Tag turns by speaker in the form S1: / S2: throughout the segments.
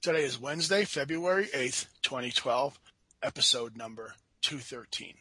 S1: Today is Wednesday, February 8th, 2012, episode number 213.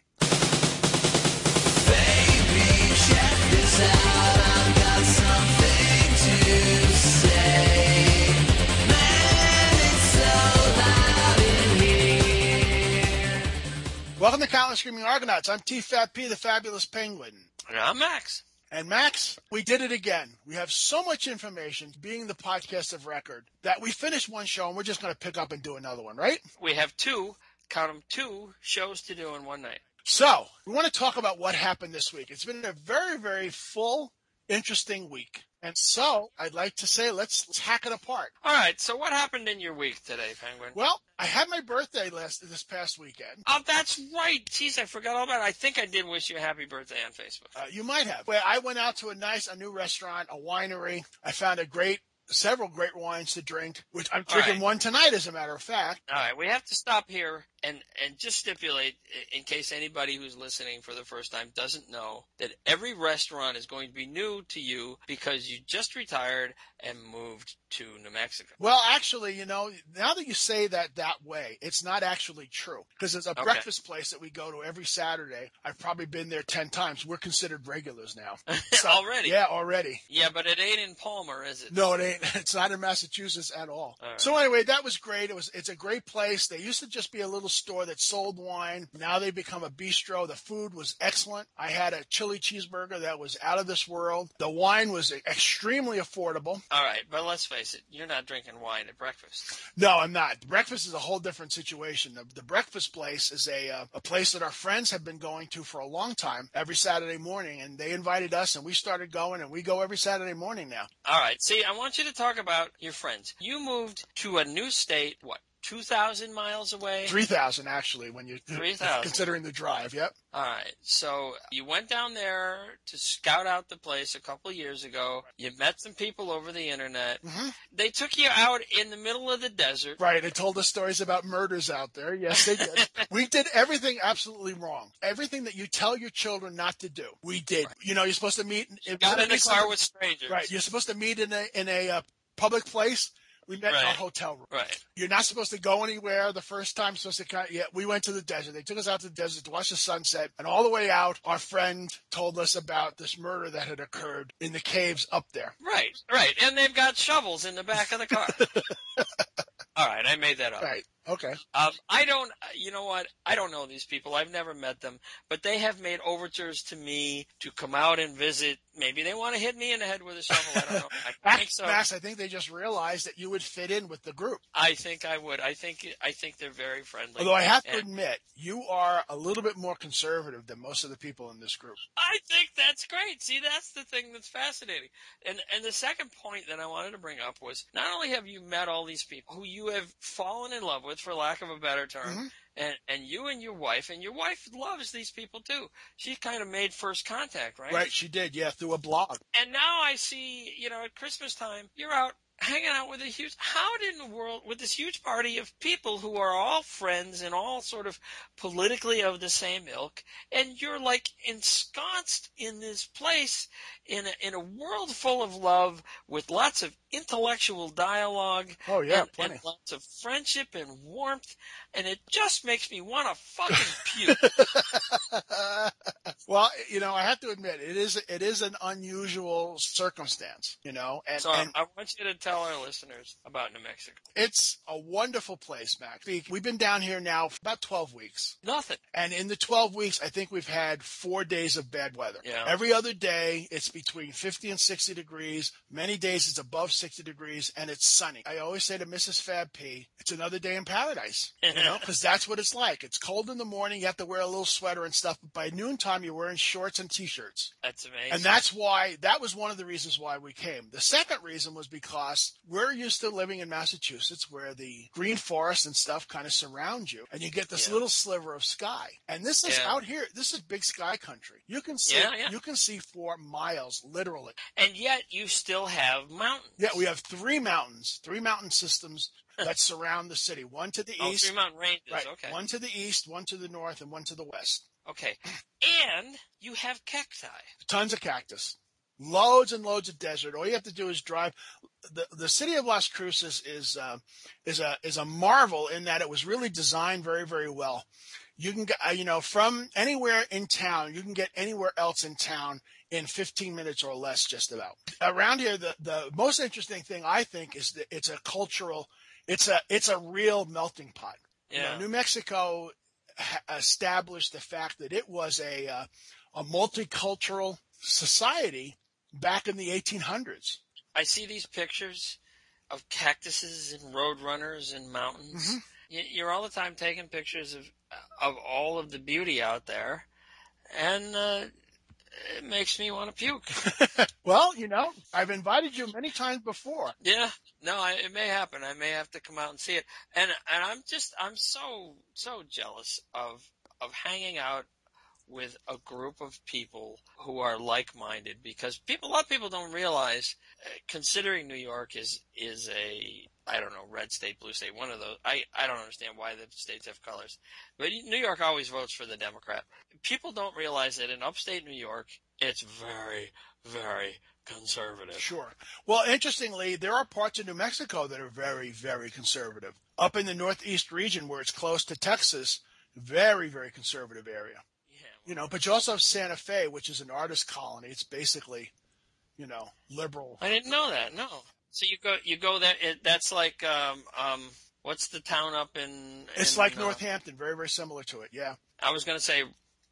S1: Welcome to Countless Screaming Argonauts. I'm T Fat P, the fabulous penguin.
S2: And I'm Max.
S1: And Max, we did it again. We have so much information being the podcast of record that we finished one show and we're just going to pick up and do another one, right?
S2: We have two, count 'em, two shows to do in one night.
S1: So, we want to talk about what happened this week. It's been a very, very full, interesting week. And so, I'd like to say let's, let's hack it apart.
S2: All right, so what happened in your week today, Penguin?
S1: Well, I had my birthday last this past weekend.
S2: Oh, that's right. Jeez, I forgot all about it. I think I did wish you a happy birthday on Facebook.
S1: Uh, you might have. Where I went out to a nice, a new restaurant, a winery. I found a great, several great wines to drink, which I'm
S2: All right.
S1: drinking one tonight, as a matter of fact.
S2: All right, we have to stop here and, and just stipulate, i- in case anybody who's listening for the first time doesn't know, that every restaurant is going to be new to you because you just retired and moved to New Mexico.
S1: Well, actually, you know, now that you say that that way, it's not actually true because there's a
S2: Okay.
S1: breakfast place that we go to every Saturday. I've probably been there 10 times. We're considered regulars now.
S2: Already?
S1: Yeah, already.
S2: Yeah, but it ain't in Palmer, is it?
S1: No, it ain't. It's not in Massachusetts at all.
S2: All right.
S1: So anyway, that was great. It was. It's a great place. They used to just be a little store that sold wine. Now they become a bistro. The food was excellent. I had a chili cheeseburger that was out of this world. The wine was extremely affordable.
S2: All right, but let's face it, you're not drinking wine at breakfast.
S1: No, I'm not. Breakfast is a whole different situation. The, the breakfast place is a uh, a place that our friends have been going to for a long time every Saturday morning, and they invited us, and we started going, and we go every Saturday morning now.
S2: All right. See, I want you to talk about your friends. You moved to a new state, what, 2,000 miles away?
S1: Three thousand actually, when you
S2: 3,000.
S1: considering the drive. Yep.
S2: All right. So you went down there to scout out the place a couple of years ago. You met some people over the internet.
S1: Mhm.
S2: They took you out in the middle of the desert.
S1: Right. They told us stories about murders out there. Yes, they did. we did everything absolutely wrong. Everything that you tell your children not to do, we did. You know, you're supposed to meet. if you're
S2: Got in
S1: gonna
S2: a
S1: meet
S2: car
S1: somebody-
S2: with strangers.
S1: Right. You're supposed to meet in a in a uh, public place. We met in a
S2: Right.
S1: hotel room.
S2: Right.
S1: You're not supposed to go anywhere the first time. Supposed to kind yeah. We went to the desert. They took us out to the desert to watch the sunset, and all the way out, our friend told us about this murder that had occurred in the caves up there.
S2: Right. Right. And they've got shovels in the back of the car. All right. I made that up.
S1: Right. Okay.
S2: Um, I don't, you know what? I don't know these people. I've never met them, but they have made overtures to me to come out and visit. Maybe they want to hit me in the head with a shovel. I don't know. I think so.
S1: Max, I think they just realized that you would fit in with the group.
S2: I think I would. I think I think they're very friendly.
S1: Although I have to
S2: And
S1: admit, you are a little bit more conservative than most of the people in this group.
S2: I think that's great. See, that's the thing that's fascinating. And and the second point that I wanted to bring up was not only have you met all these people who you have fallen in love with, for lack of a better term,
S1: Mhm.
S2: and and you and your wife, and your wife loves these people too. She kind of made first contact, right?
S1: Right, she did, yeah, through a blog.
S2: And now I see, you know, at Christmas time, you're out hanging out with a huge how did in the world with this huge party of people who are all friends and all sort of politically of the same ilk and you're like ensconced in this place in a, in a world full of love with lots of intellectual dialogue
S1: Oh yeah,
S2: and,
S1: plenty.
S2: and lots of friendship and warmth and it just makes me want to fucking puke
S1: well, you know, I have to admit, it is it is an unusual circumstance, you know, and,
S2: so
S1: and
S2: I want you to tell our listeners about New Mexico
S1: it's a wonderful place, Max. We've been down here now for about twelve weeks.
S2: nothing
S1: And in the 12 weeks, I think we've had four days of bad weather.
S2: Yeah.
S1: Every other day, it's between 50 and 60 degrees. Many days, it's above 60 degrees and it's sunny. I always say to Mrs. Fab P, it's another day in paradise, you know, because that's what it's like. It's cold in the morning. You have to wear a little sweater and stuff. But by noontime, you're wearing shorts and t shirts.
S2: that's amazing
S1: And that's why that was one of the reasons why we came. The second reason was because we're used to living in Massachusetts where the green forest and stuff kind of surround you and you get this
S2: Yeah.
S1: little sliver of sky. And this is
S2: Yeah.
S1: out here, this is big sky country. You can see
S2: Yeah, yeah.
S1: you can see for miles literally.
S2: and yet you still have mountains.
S1: Yeah, we have three mountains, three mountain systems that surround the city. One to the
S2: oh,
S1: east,
S2: three mountain ranges.
S1: right.
S2: Okay,
S1: One to the east, one to the north and one to the west.
S2: okay, and you have cacti.
S1: Tons of cactus. loads and loads of desert. All you have to do is drive. the The city of Las Cruces is uh, is a is a marvel in that it was really designed very very well. You can get uh, you know from anywhere in town, you can get anywhere else in town in 15 minutes or less, just about. Around here, the the most interesting thing I think is that it's a cultural, it's a it's a real melting pot. You know,
S2: Yeah.
S1: New Mexico ha- established the fact that it was a uh, a multicultural society back in the 1800s.
S2: I see these pictures of cactuses and roadrunners and mountains.
S1: Mhm.
S2: Y- You're all the time taking pictures of of all of the beauty out there, and uh, it makes me want to puke.
S1: Well, you know, I've invited you many times before.
S2: Yeah, no, I, it may happen. I may have to come out and see it. And and I'm just I'm so so jealous of of hanging out with a group of people who are like-minded because people a lot of people don't realize uh, considering New York is is a I don't know red state blue state one of those I I don't understand why the states have colors but New York always votes for the Democrat people don't realize that in upstate New York it's very very conservative
S1: Sure. Well, interestingly, there are parts of New Mexico that are very, very conservative. Up in the northeast region where it's close to Texas, very, very conservative area.
S2: yeah
S1: You know, but you also have Santa Fe, which is an artist colony. It's basically, you know, liberal.
S2: I didn't know that. No. So you go, you go there. It, that's like, um, um, what's the town up in?
S1: It's
S2: in,
S1: like
S2: uh,
S1: Northampton, very, very similar to it. Yeah.
S2: I was gonna say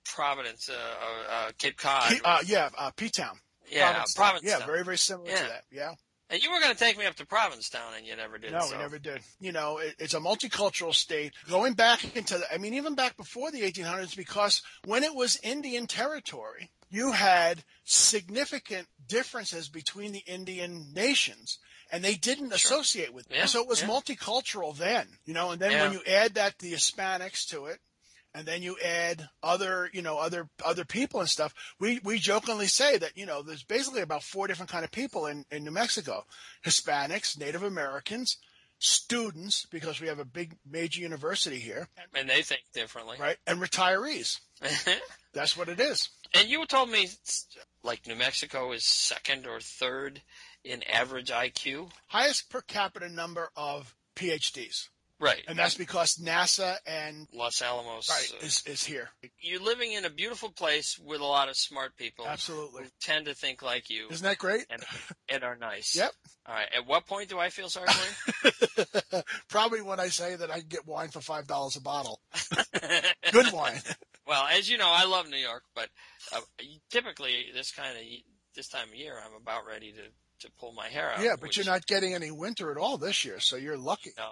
S2: Providence, uh, uh, uh, Cape Cod.
S1: P- uh, yeah, uh, P-Town.
S2: yeah,
S1: Provincetown.
S2: Provincetown.
S1: Yeah, very, very similar
S2: Yeah.
S1: to that. Yeah.
S2: and you were gonna take me up to Provincetown, and you never did.
S1: No,
S2: so.
S1: we never did. You know, it, it's a multicultural state. Going back into, the, I mean, even back before the 1800s, because when it was Indian territory, you had significant differences between the Indian nations, and they didn't associate with them.
S2: Yeah,
S1: so it was
S2: yeah.
S1: multicultural then, you know. And then when
S2: Yeah.
S1: you add that the Hispanics to it, and then you add other, you know, other other people and stuff. We we jokingly say that you know there's basically about four different kind of people in in New Mexico: Hispanics, Native Americans, students, because we have a big major university here,
S2: And they think differently.
S1: right? And retirees. That's what it is.
S2: and you told me, like New Mexico is second or third in average IQ.
S1: Highest per capita number of PhDs,
S2: Right.
S1: and that's because NASA and
S2: Los Alamos.
S1: right
S2: uh,
S1: is is here.
S2: you're living in a beautiful place with a lot of smart people
S1: Absolutely.
S2: who tend to think like you.
S1: Isn't that great?
S2: and and are nice.
S1: Yep.
S2: All right. At what point do I feel sorry for
S1: Probably when I say that I can get wine for five dollars a bottle,
S2: you?
S1: good wine.
S2: well, as you know, I love New York, but uh, typically this kind of this time of year, I'm about ready to to pull my hair out.
S1: Yeah, but
S2: which-
S1: you're not getting any winter at all this year, so you're lucky.
S2: No,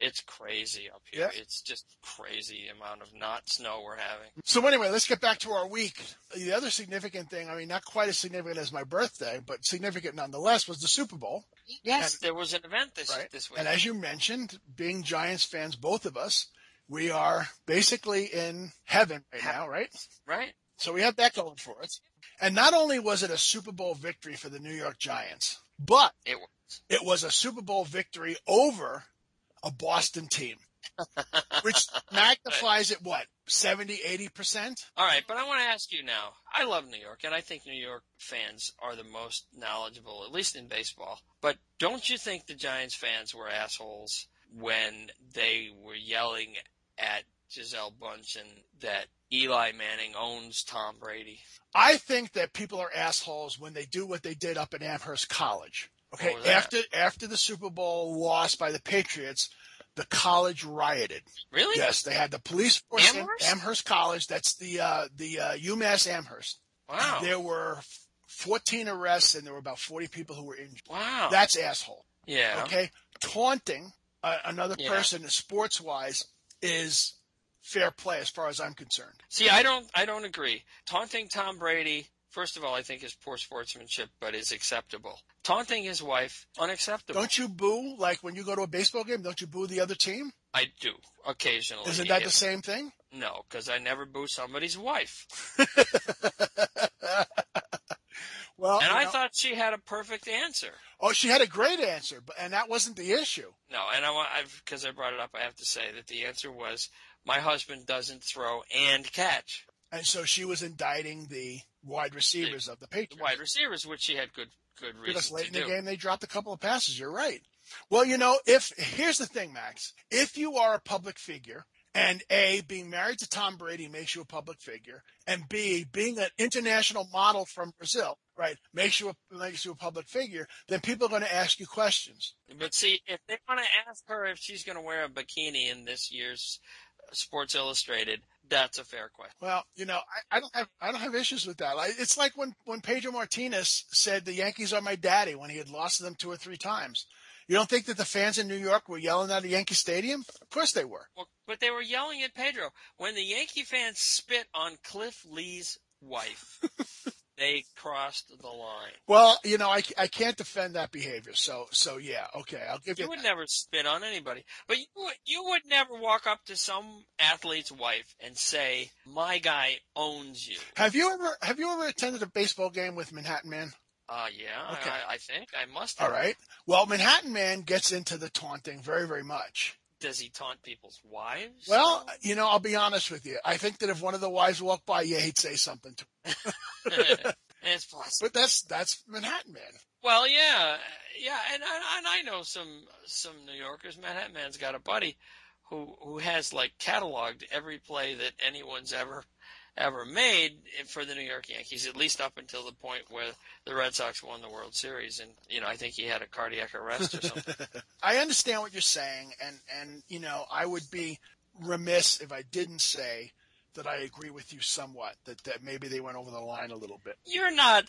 S2: it's crazy up here.
S1: Yeah.
S2: It's just crazy amount of not snow we're having.
S1: So anyway, let's get back to our week. The other significant thing, I mean, not quite as significant as my birthday, but significant nonetheless, was the Super Bowl,
S2: Yes, there was an event this
S1: right?
S2: this week.
S1: And as you mentioned, being Giants fans, both of us, we are basically in heaven right now, right?
S2: right?
S1: So we have that going for us. And not only was it a Super Bowl victory for the New York Giants, but
S2: It was.
S1: it was a Super Bowl victory over a Boston team, which magnifies it what 70, 80 percent.
S2: All right, but I want to ask you now. I love New York, and I think New York fans are the most knowledgeable, at least in baseball. But don't you think the Giants fans were assholes when they were yelling at Giselle Bunchen that Eli Manning owns Tom Brady?
S1: I think that people are assholes when they do what they did up at Amherst College. Okay,
S2: What was that?
S1: after after the Super Bowl loss by the Patriots, the college rioted.
S2: Really?
S1: Yes, they had the police force. in
S2: Amherst?
S1: Amherst College. That's the uh, the uh, UMass Amherst.
S2: Wow.
S1: There were 14 arrests and there were about 40 people who were injured.
S2: wow.
S1: That's asshole
S2: yeah.
S1: okay taunting uh, another
S2: Yeah.
S1: person sports wise is fair play as far as i'm concerned
S2: See, I don't, I don't agree. Taunting Tom Brady, first of all, I think is poor sportsmanship, but is acceptable. Taunting his wife, unacceptable.
S1: don't you boo like when you go to a baseball game don't you boo the other team
S2: I do occasionally.
S1: isn't that
S2: if-
S1: the same thing
S2: No, because I never boo somebody's wife.
S1: well
S2: And
S1: you
S2: I
S1: know-
S2: thought she had a perfect answer.
S1: oh she had a great answer but and that wasn't the issue
S2: No, and I because I brought it up, I have to say that the answer was my husband doesn't throw and catch.
S1: And so she was indicting the wide receivers of the Patriots.
S2: wide receivers, which she had good good
S1: Because
S2: reason
S1: late
S2: to
S1: in the
S2: do.
S1: game, they dropped a couple of passes. You're right. Well, you know, if here's the thing, Max, if you are a public figure, and A, being married to Tom Brady makes you a public figure, and B, being an international model from Brazil, right, makes you a, makes you a public figure, then people are going to ask you questions.
S2: But see, if they want to ask her if she's going to wear a bikini in this year's Sports Illustrated, that's a fair question.
S1: Well, you know, I, I don't have I don't have issues with that. Like, it's like when when Pedro Martinez said the Yankees are my daddy when he had lost to them two or three times. You don't think that the fans in New York were yelling out of Yankee Stadium? Of course they were.
S2: Well, but they were yelling at Pedro when the Yankee fans spit on Cliff Lee's wife. they crossed the line.
S1: Well, you know, I, I can't defend that behavior. So so yeah, okay, I'll give you.
S2: You would never spit on anybody, but you would, you would never walk up to some athlete's wife and say, "My guy owns you."
S1: Have you ever have you ever attended a baseball game with Manhattan Man?
S2: Uh, yeah,
S1: Okay.
S2: I, I think I must.
S1: All
S2: Have.
S1: right. Well, Manhattan Man gets into the taunting very very much.
S2: Does he taunt people's wives?
S1: Well, you know, I'll be honest with you. I think that if one of the wives walked by, yeah, he'd say something to. Him.
S2: it's possible.
S1: But that's that's Manhattan Man.
S2: Well, yeah, yeah, and I, and I know some some New Yorkers. Manhattan Man's got a buddy who who has like cataloged every play that anyone's ever ever made for the New York Yankees, at least up until the point where the Red Sox won the World Series, and you know I think he had a cardiac arrest or something.
S1: I understand what you're saying, and and you know I would be remiss if I didn't say that I agree with you somewhat. That that maybe they went over the line a little bit.
S2: You're not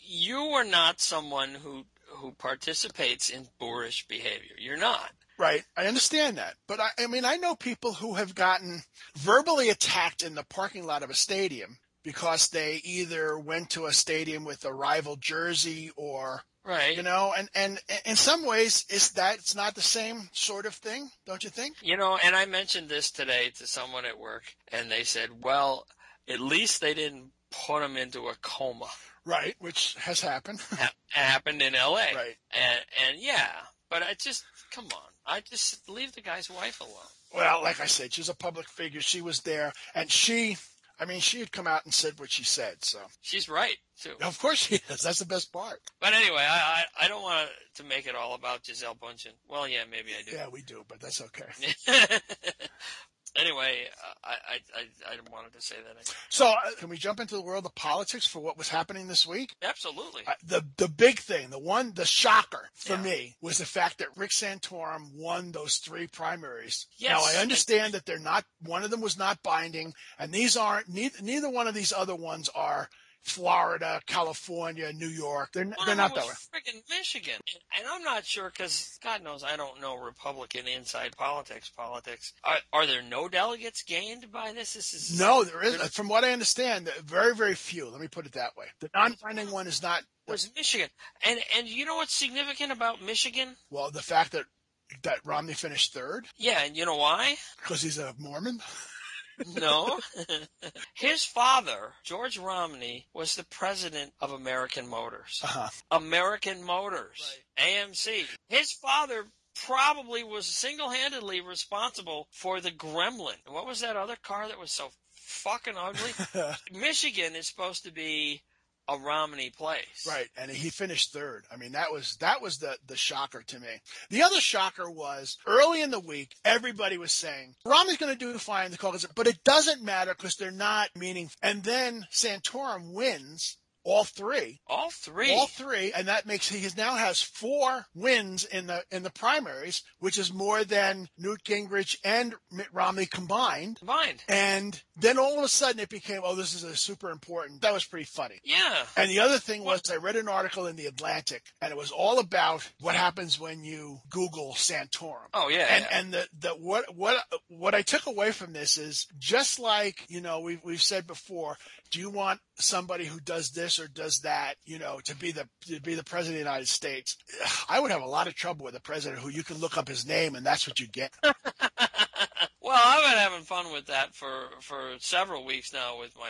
S2: you are not someone who who participates in boorish behavior. You're not.
S1: Right, I understand that, but I, I mean I know people who have gotten verbally attacked in the parking lot of a stadium because they either went to a stadium with a rival jersey or
S2: Right.
S1: you know, and and and in some ways is that it's not the same sort of thing, don't you think?
S2: You know, and I mentioned this today to someone at work, and they said, well, at least they didn't put him into a coma.
S1: Right, which has happened.
S2: Ha- happened in L.A.
S1: right.
S2: And, and yeah, but I just, come on. I just leave the guy's wife alone.
S1: Well, like I said, she's a public figure. She was there, and she, I mean, she had come out and said what she said. So,
S2: She's right, too.
S1: of course, she is. That's the best part.
S2: But anyway, I, I, I don't want to make it all about Giselle Bundchen. Well, yeah, maybe I do.
S1: Yeah, we do, but that's okay.
S2: anyway, uh, I, I, I, I wanted to say that.
S1: So, uh, can we jump into the world of politics for what was happening this week?
S2: Absolutely.
S1: I- The the big thing, the one, the shocker for
S2: Yeah.
S1: me was the fact that Rick Santorum won those three primaries.
S2: Yes.
S1: Now I understand that they're not one of them was not binding, and these aren't neither, neither one of these other ones are Florida, California, New York. They're
S2: One
S1: they're
S2: of them
S1: not that way.
S2: was Friggin' Michigan, and, and I'm not sure because God knows I don't know Republican inside politics. Politics are, are there no delegates gained by this? This is
S1: No, there is. From what I understand, there- very, very few. Let me put it that way. The non-binding one is not.
S2: was Michigan, and and you know what's significant about Michigan?
S1: Well, the fact that that Romney finished third
S2: Yeah, and you know why?
S1: because he's a Mormon.
S2: No, his father George Romney was the president of American Motors.
S1: Uh-huh.
S2: American Motors, AMC. His father probably was single-handedly responsible for the Gremlin. What was that other car that was so fucking ugly? Michigan is supposed to be a Romney place.
S1: right, and he finished third. I mean, that was that was the the shocker to me. The other shocker was early in the week. Everybody was saying Romney's going to do fine in the caucus, but it doesn't matter because they're not meaningful. And then Santorum wins all three.
S2: All three.
S1: All three, and that makes he now has four wins in the in the primaries, which is more than Newt Gingrich and Mitt Romney combined.
S2: combined.
S1: And then all of a sudden, it became, oh, this is a super important. That was pretty funny.
S2: Yeah.
S1: And the other thing was, I read an article in the Atlantic, and it was all about what happens when you Google Santorum.
S2: Oh yeah.
S1: And and the, the what what what I took away from this is just like you know we've we've said before. Do you want somebody who does this or does that? You know, to be the to be the president of the United States. I would have a lot of trouble with a president who you can look up his name and that's what you get.
S2: well, I've been having fun with that for for several weeks now with my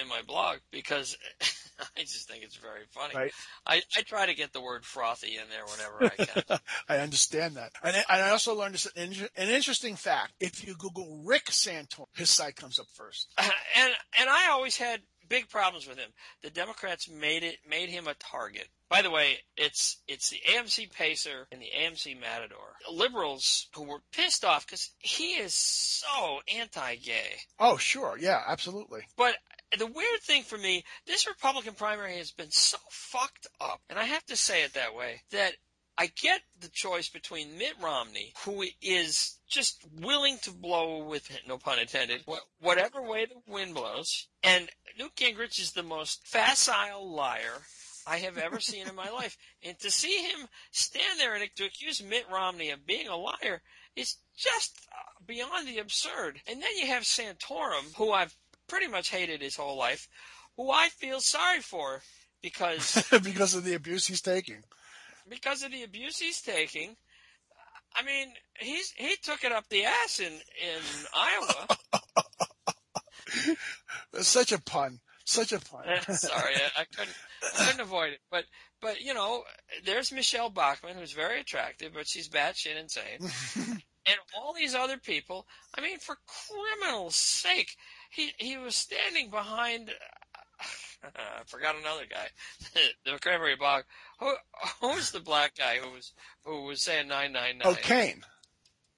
S2: in my blog because I just think it's very funny.
S1: Right.
S2: I, I try to get the word frothy in there whenever I can.
S1: I understand that. And I, and I also learned this, an, inter- an interesting fact. If you Google Rick Santorum, his site comes up first.
S2: Uh, and and I always had big problems with him. The Democrats made it made him a target. By the way, it's it's the AMC Pacer and the AMC Matador. Liberals who were pissed off because he is so anti-gay.
S1: Oh, sure. Yeah, absolutely.
S2: But the weird thing for me, this Republican primary has been so fucked up, and I have to say it that way, that I get the choice between Mitt Romney, who is just willing to blow with, no pun intended, wh- whatever way the wind blows, and Newt Gingrich is the most facile liar I have ever seen in my life. And to see him stand there and to accuse Mitt Romney of being a liar is just uh, beyond the absurd. And then you have Santorum, who I've pretty much hated his whole life, who I feel sorry for because
S1: because of the abuse he's taking.
S2: because of the abuse he's taking. I mean, he's he took it up the ass in in Iowa.
S1: Such a pun. Such a pun.
S2: Sorry, I, I couldn't I couldn't avoid it. But but you know, there's Michelle Bachmann, who's very attractive, but she's batshit insane. and all these other people. I mean, for criminals' sake, he he was standing behind. I forgot another guy, the cranberry bog. Who who's the black guy who was who was saying nine nine nine?
S1: oh, Kane.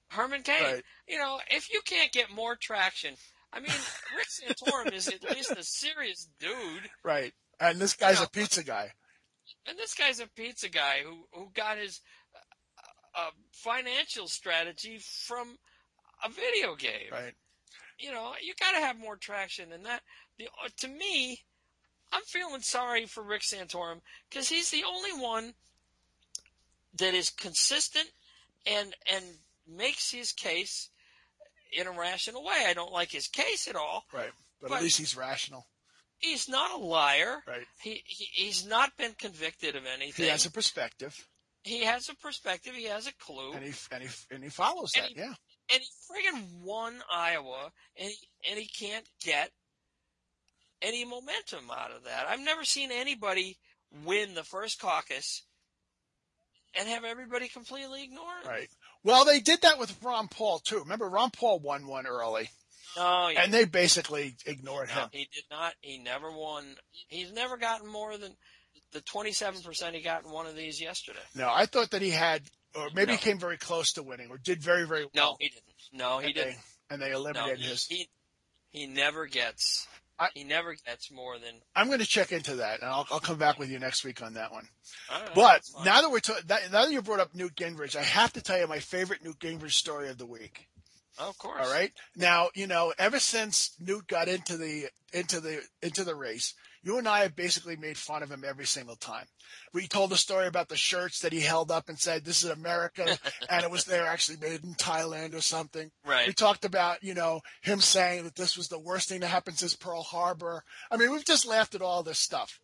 S2: Herman Cain.
S1: Right.
S2: You know, if you can't get more traction, I mean, Rick Santorum is at least a serious dude,
S1: Right. And this guy's
S2: No.
S1: a pizza guy.
S2: and this guy's a pizza guy who who got his uh, uh, financial strategy from a video game.
S1: Right.
S2: you know, you got to have more traction than that. The, uh, to me, I'm feeling sorry for Rick Santorum because he's the only one that is consistent and and makes his case in a rational way. I don't like his case at all.
S1: Right. But,
S2: But-
S1: at least he's rational.
S2: He's not a liar.
S1: Right.
S2: He, he he's not been convicted of anything.
S1: He has a perspective,
S2: He has a perspective. He has a clue.
S1: and he and he and he follows
S2: And
S1: that.
S2: he-
S1: yeah.
S2: and he friggin' won Iowa, and he, and he can't get any momentum out of that. I've never seen anybody win the first caucus and have everybody completely ignore him.
S1: Right. Well, they did that with Ron Paul too. Remember, Ron Paul won one early,
S2: No, he,
S1: and they basically ignored him.
S2: he did not. He never won. He's never gotten more than the twenty-seven percent he got in one of these yesterday.
S1: No, I thought that he had, or maybe
S2: No.
S1: he came very close to winning, or did very very
S2: No,
S1: well.
S2: he didn't. No, he
S1: and
S2: didn't.
S1: They, and they
S2: No,
S1: eliminated
S2: he,
S1: his.
S2: he he never gets.
S1: I-
S2: he never gets more than.
S1: I'm going to check into that, and I'll, I'll come back with you next week on that one.
S2: I don't know,
S1: But
S2: it's fine.
S1: now that we're ta- that, now that you brought up Newt Gingrich, I have to tell you my favorite Newt Gingrich story of the week.
S2: of course,
S1: All right. Now, you know, ever since Newt got into the into the into the race, you and I have basically made fun of him every single time. We told the story about the shirts that he held up and said, "This is America," and it was there actually made in Thailand or something.
S2: right.
S1: We talked about, you know, him saying that this was the worst thing that happened since Pearl Harbor. I mean, we've just laughed at all this stuff.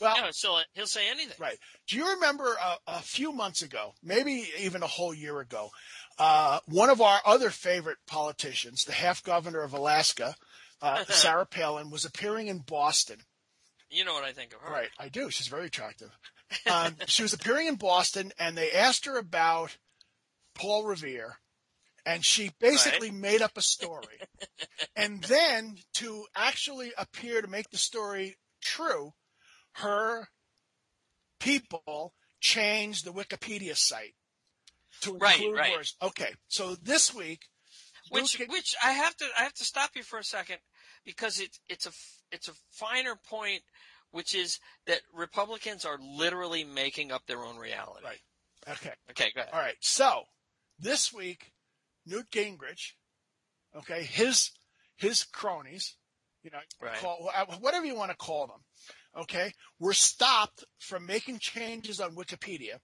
S1: Well,
S2: Yeah, so uh, he'll say anything.
S1: Right. Do you remember uh, a few months ago, maybe even a whole year ago, uh, one of our other favorite politicians, the half governor of Alaska, uh, Sarah Palin, was appearing in Boston.
S2: You know what I think of her.
S1: Right, I do. She's very attractive. Um, she was appearing in Boston, and they asked her about Paul Revere, and she basically made up a story. and then to actually appear to make the story true, her people changed the Wikipedia site to
S2: Right,
S1: include
S2: right.
S1: words. Okay, so this week,
S2: Which,
S1: Luke-
S2: which I have to, I have to stop you for a second because it's, it's a, f- it's a finer point, which is that Republicans are literally making up their own reality.
S1: Right. okay.
S2: Okay. Go ahead.
S1: All right. So this week, Newt Gingrich, okay, his his cronies, you know,
S2: Right.
S1: call, whatever you want to call them, okay, were stopped from making changes on Wikipedia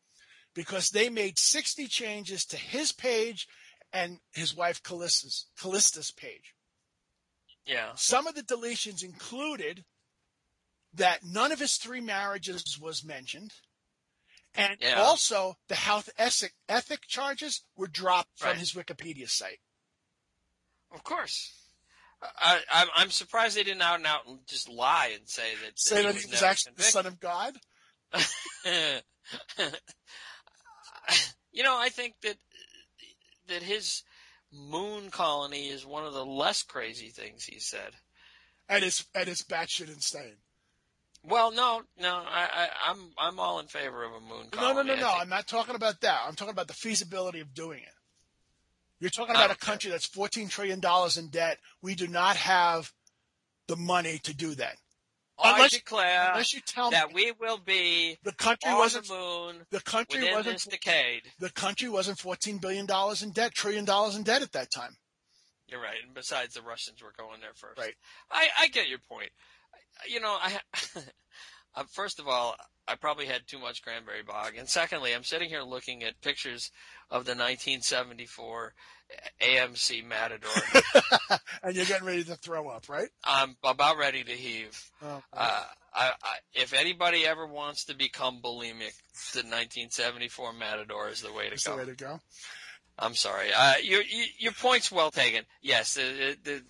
S1: because they made 60 changes to his page and his wife Callista's, Callista's page.
S2: Yeah.
S1: Some of the deletions included that none of his three marriages was mentioned. And
S2: Yeah.
S1: also, the health ethic, ethic charges were dropped from
S2: Right.
S1: his Wikipedia site.
S2: Of course. I, I'm, I'm surprised they didn't out and out and just lie and say that.
S1: Say
S2: he
S1: that
S2: was
S1: he was
S2: never
S1: actually the son of God.
S2: convicted. you know, I think that that his moon colony is one of the less crazy things he said.
S1: And it's and it's batshit insane.
S2: Well, no, no, I, I, I'm I'm all in favor of a moon
S1: No,
S2: colony.
S1: no, no,
S2: I
S1: no.
S2: think.
S1: I'm not talking about that. I'm talking about the feasibility of doing it. You're talking about a
S2: Oh, Okay.
S1: country that's 14 trillion dollars in debt. We do not have the money to do that.
S2: I
S1: Unless-
S2: declare
S1: Unless you tell me
S2: Uh, that we will be
S1: the country
S2: on the
S1: wasn't
S2: moon
S1: the country
S2: within
S1: wasn't
S2: this decade.
S1: the country wasn't 14 billion dollars in debt, trillion dollars in debt at that time.
S2: You're right. And besides, the Russians were going there first.
S1: Right.
S2: I, I get your point. I- You know, I, uh, first of all, I probably had too much cranberry bog, and secondly, I'm sitting here looking at pictures of the 1974 AMC Matador.
S1: and you're getting ready to throw up, right?
S2: I'm about ready to heave.
S1: Oh,
S2: Uh, I, I, if anybody ever wants to become bulimic, the 1974 Matador is the way to
S1: that's
S2: go.
S1: the way to go.
S2: I'm sorry. Uh, your your your point's well taken. Yes, the, the, the,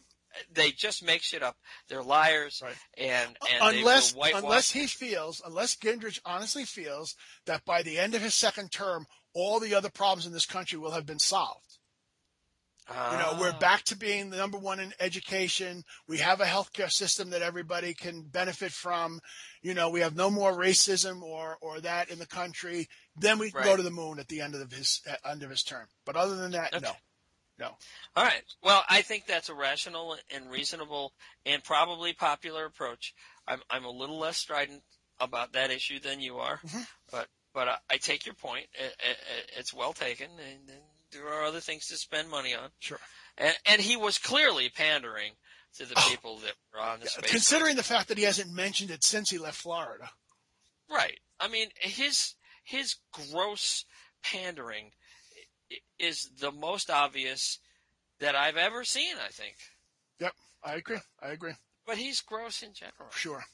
S2: they just make shit up. They're liars,
S1: Right.
S2: and and
S1: unless
S2: they will whitewash.
S1: unless he feels, unless Gingrich honestly feels that by the end of his second term, all the other problems in this country will have been solved. You know, we're
S2: Ah.
S1: back to being the number one in education. We have a healthcare system that everybody can benefit from. You know, we have no more racism or or that in the country. Then we can go
S2: Right.
S1: to the moon at the end of his at end of his term. But other than that, no.
S2: Okay. All right. Well, I think that's a rational and reasonable and probably popular approach. I'm I'm a little less strident about that issue than you are,
S1: Mhm.
S2: but but I, I take your point. I- I- I- it's well taken, and, and there are other things to spend money on.
S1: Sure.
S2: And, and he was clearly pandering to the
S1: Oh.
S2: people that were on the space.
S1: Considering the fact that he hasn't mentioned it since he left Florida.
S2: Right. I mean, his his gross pandering i- is the most obvious that I've ever seen. I think,
S1: I agree. I agree.
S2: but he's gross in general.
S1: Sure.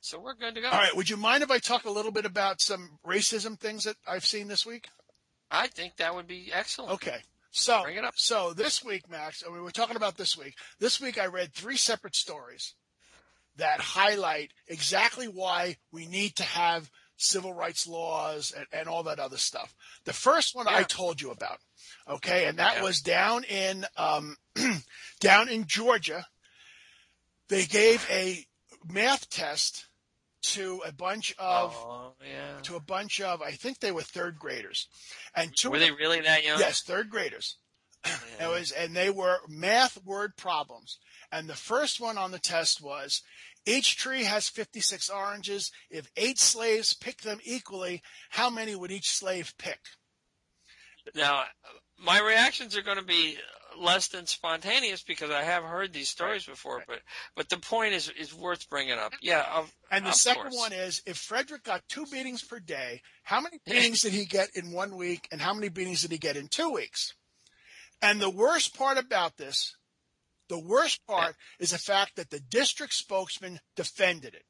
S2: So we're good to go.
S1: All right. Would you mind if I talk a little bit about some racism things that I've seen this week?
S2: I think that would be excellent.
S1: Okay. So,
S2: Bring it up.
S1: so this week, Max, and we were talking about this week. This week, I read three separate stories that highlight exactly why we need to have civil rights laws and, and all that other stuff. The first one I
S2: Yeah.
S1: told you about, okay, and that
S2: Yeah.
S1: was down in um, down in Georgia. They gave a math test to a bunch of
S2: oh yeah.
S1: to a bunch of I think they were third graders, and two
S2: Were they really that young?
S1: yes third graders.
S2: Yeah.
S1: It was, and they were math word problems. And the first one on the test was each tree has 56 oranges. If eight slaves pick them equally, how many would each slave pick?
S2: Now, my reactions are going to be less than spontaneous because I have heard these stories before. But but the point is is worth bringing up. Yeah. Of,
S1: And the
S2: Of
S1: second
S2: course.
S1: one is if Frederick got two beatings per day, how many beatings did he get in one week and how many beatings did he get in two weeks? And the worst part about this, the worst part is the fact that the district spokesman defended it.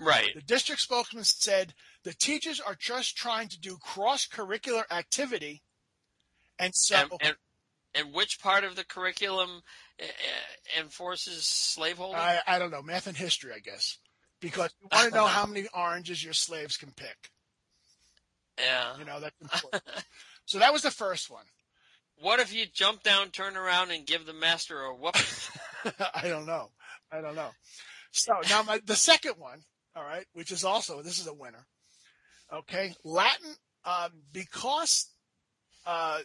S2: right.
S1: The district spokesman said the teachers are just trying to do cross curricular activity. And so,
S2: and, and and which part of the curriculum uh, uh, enforces slaveholding?
S1: I, I don't know, math and history, I guess, because you want to know how many oranges your slaves can pick.
S2: yeah.
S1: You know, that's important. so that was the first one.
S2: What if you jump down, turn around, and give the master a whoop?
S1: I don't know. I don't know. So now my, the second one, all right, which is also this is a winner. Okay, Latin um, because uh,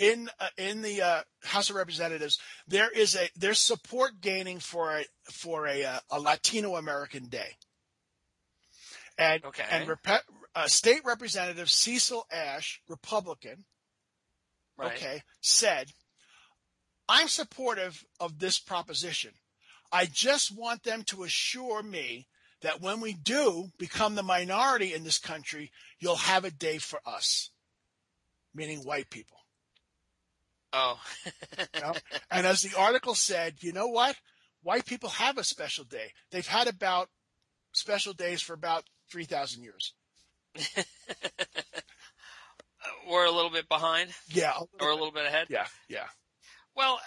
S1: in uh, in the uh, House of Representatives there is a there's support gaining for a for a uh, a Latino American Day. And
S2: Okay.
S1: and rep- uh, state representative Cecil Ash, Republican,
S2: right.
S1: okay, said, I'm supportive of this proposition. I just want them to assure me that when we do become the minority in this country, you'll have a day for us, meaning white people.
S2: Oh.
S1: you know? and as the article said, you know what? White people have a special day. They've had about special days for about 3,000 years.
S2: We're a little bit behind,
S1: Yeah.
S2: or a little bit ahead.
S1: Yeah. Yeah.
S2: Well,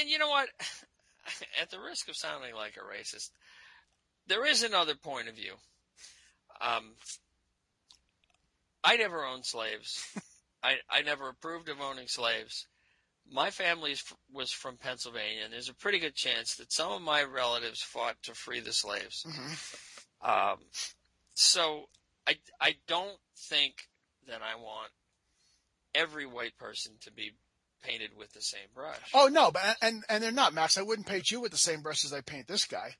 S2: and you know what? at the risk of sounding like a racist, there is another point of view. Um, I never owned slaves. I, I never approved of owning slaves. My family is f- was from Pennsylvania, and there's a pretty good chance that some of my relatives fought to free the slaves.
S1: hmm
S2: Um, so I, I don't think that I want every white person to be painted with the same brush.
S1: Oh no, but and and they're not, Max. I wouldn't paint you with the same brush as I paint this guy,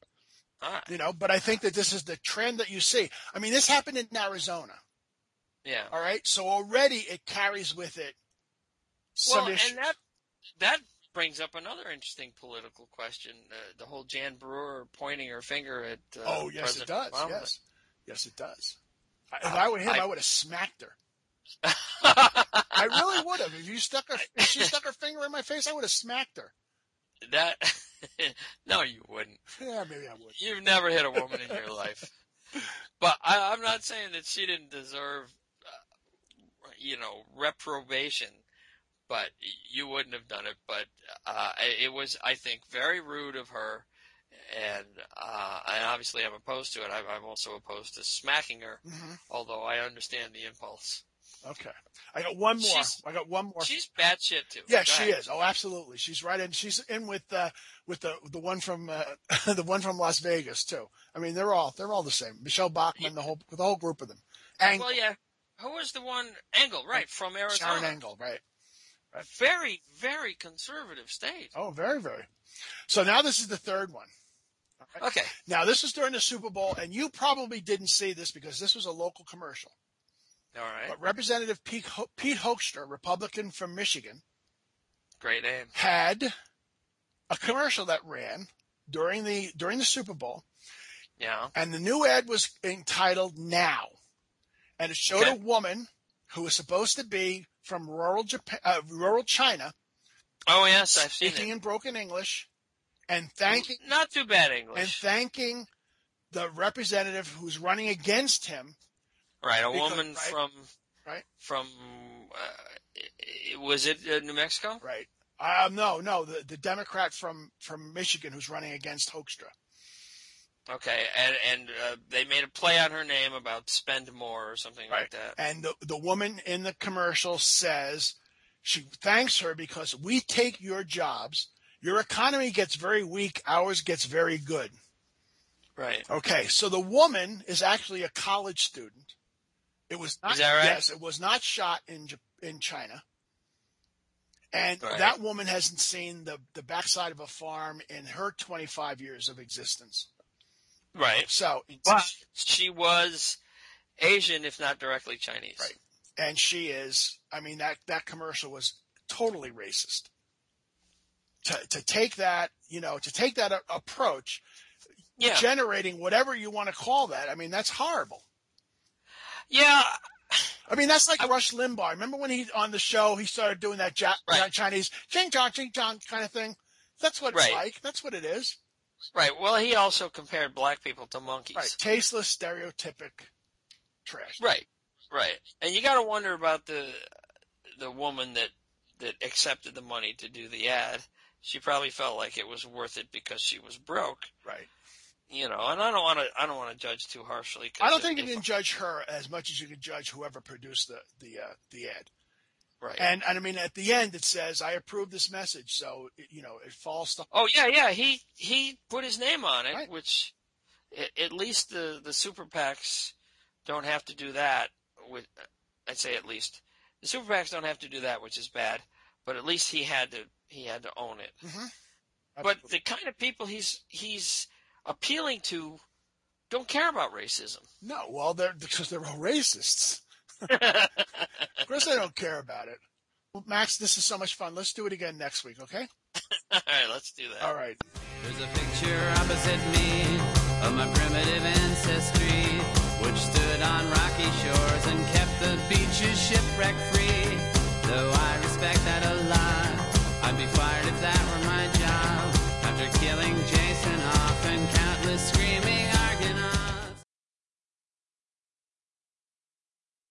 S2: Ah,
S1: you know. But I think that this is the trend that you see. I mean, this happened in Arizona.
S2: yeah.
S1: All right, so already it carries with it some
S2: Well,
S1: issues.
S2: and that that brings up another interesting political question: uh, the whole Jan Brewer pointing her finger at. Uh,
S1: oh yes,
S2: President
S1: it does.
S2: Obama. Uh,
S1: Yes, yes, it does. I- If I were him, I,
S2: I-
S1: would have smacked her. I really would have. If you stuck her, if she stuck her finger in my face, I would have smacked her.
S2: that no, you wouldn't.
S1: Yeah, maybe I would.
S2: You've never hit a woman in your life. But I, I'm not saying that she didn't deserve, uh, you know, reprobation. But you wouldn't have done it. But uh, it was, I think, very rude of her. And uh, and obviously, I'm opposed to it. I'm, I'm also opposed to smacking her.
S1: hmm
S2: Although I understand the impulse.
S1: Okay, I got one more.
S2: She's-
S1: I got one more.
S2: She's batshit too.
S1: Yeah,
S2: Go
S1: she
S2: ahead.
S1: is. Oh, absolutely. She's right in. She's in with uh, with the the one from uh, the one from Las Vegas too. I mean, they're all they're all the same. Michelle Bachman, the whole the whole group of them. Ang-
S2: Well, yeah. Who was the one? Angle, right? From Arizona.
S1: Sharon Angle, right?
S2: Very, very conservative state.
S1: Oh, very very. So now this is the third one.
S2: Okay.
S1: Now this is during the Super Bowl, and you probably didn't see this because this was a local commercial.
S2: All right.
S1: But Representative Pete, Ho- Pete Hoekstra, Republican from Michigan,
S2: Great name.
S1: had a commercial that ran during the during the Super Bowl
S2: Yeah.
S1: and the new ad was entitled "Now," and it showed a
S2: Okay.
S1: woman who was supposed to be from rural Japan, uh, rural China,
S2: Oh yes, I've seen
S1: speaking
S2: it.
S1: in broken English, and thanking
S2: Not too bad
S1: and
S2: English.
S1: thanking the representative who's running against him.
S2: right. A
S1: because-
S2: woman
S1: right.
S2: from.
S1: Right.
S2: From. Uh, i- i- was it uh, New Mexico?
S1: Right? Um, no, no, the, the Democrat from from Michigan who's running against Hoekstra.
S2: Okay. And and uh, they made a play on her name about spend more or something
S1: Right.
S2: like that.
S1: And the, the woman in the commercial says she thanks her because we take your jobs. Your economy gets very weak, ours gets very good.
S2: Right.
S1: Okay, so the woman is actually a college student. It was not,
S2: Is that right?
S1: yes, it was not shot in Jap- in China. And
S2: Right.
S1: that woman hasn't seen the, the backside of a farm in her 25 years of existence.
S2: Right.
S1: So,
S2: But she was Asian, if not directly Chinese.
S1: Right. and she is i mean that that commercial was totally racist to, to take that you know to take that a- approach
S2: Yeah.
S1: generating whatever you want to call that i mean that's horrible
S2: Yeah,
S1: i mean that's like
S2: I-
S1: rush limbaugh remember when he on the show he started doing that ja-
S2: Right.
S1: that chinese ching chong ching chong kind of thing that's what it's
S2: Right.
S1: like that's what it is
S2: right. Well, he also compared black people to monkeys.
S1: right tasteless stereotypic trash
S2: Right. Right. And you got to wonder about the the woman that that accepted the money to do the ad. She probably felt like it was worth it because she was broke,
S1: right
S2: you know. And I don't want to I don't want to judge too harshly. 'cause
S1: i don't
S2: it-
S1: think you
S2: it-
S1: can judge her as much as you can judge whoever produced the the uh, the ad
S2: right.
S1: And, and I mean, at the end, it says, I approve this message. So, it- you know, it falls to.
S2: Oh yeah, yeah. He he put his name on it,
S1: Right.
S2: which a- at least the the super PACs don't have to do that. With I'd say at least the super PACs don't have to do that, which is bad. But at least he had to he had to own it. But the kind of people he's he's appealing to don't care about racism.
S1: No, well, they're because they're all racists. Of course, they don't care about it. Well, Max, this is so much fun. Let's do it again next week, okay?
S2: All right, let's do that.
S1: All right.
S3: There's a picture opposite me of my primitive ancestry, which stood on rocky shores and kept the beaches shipwreck free.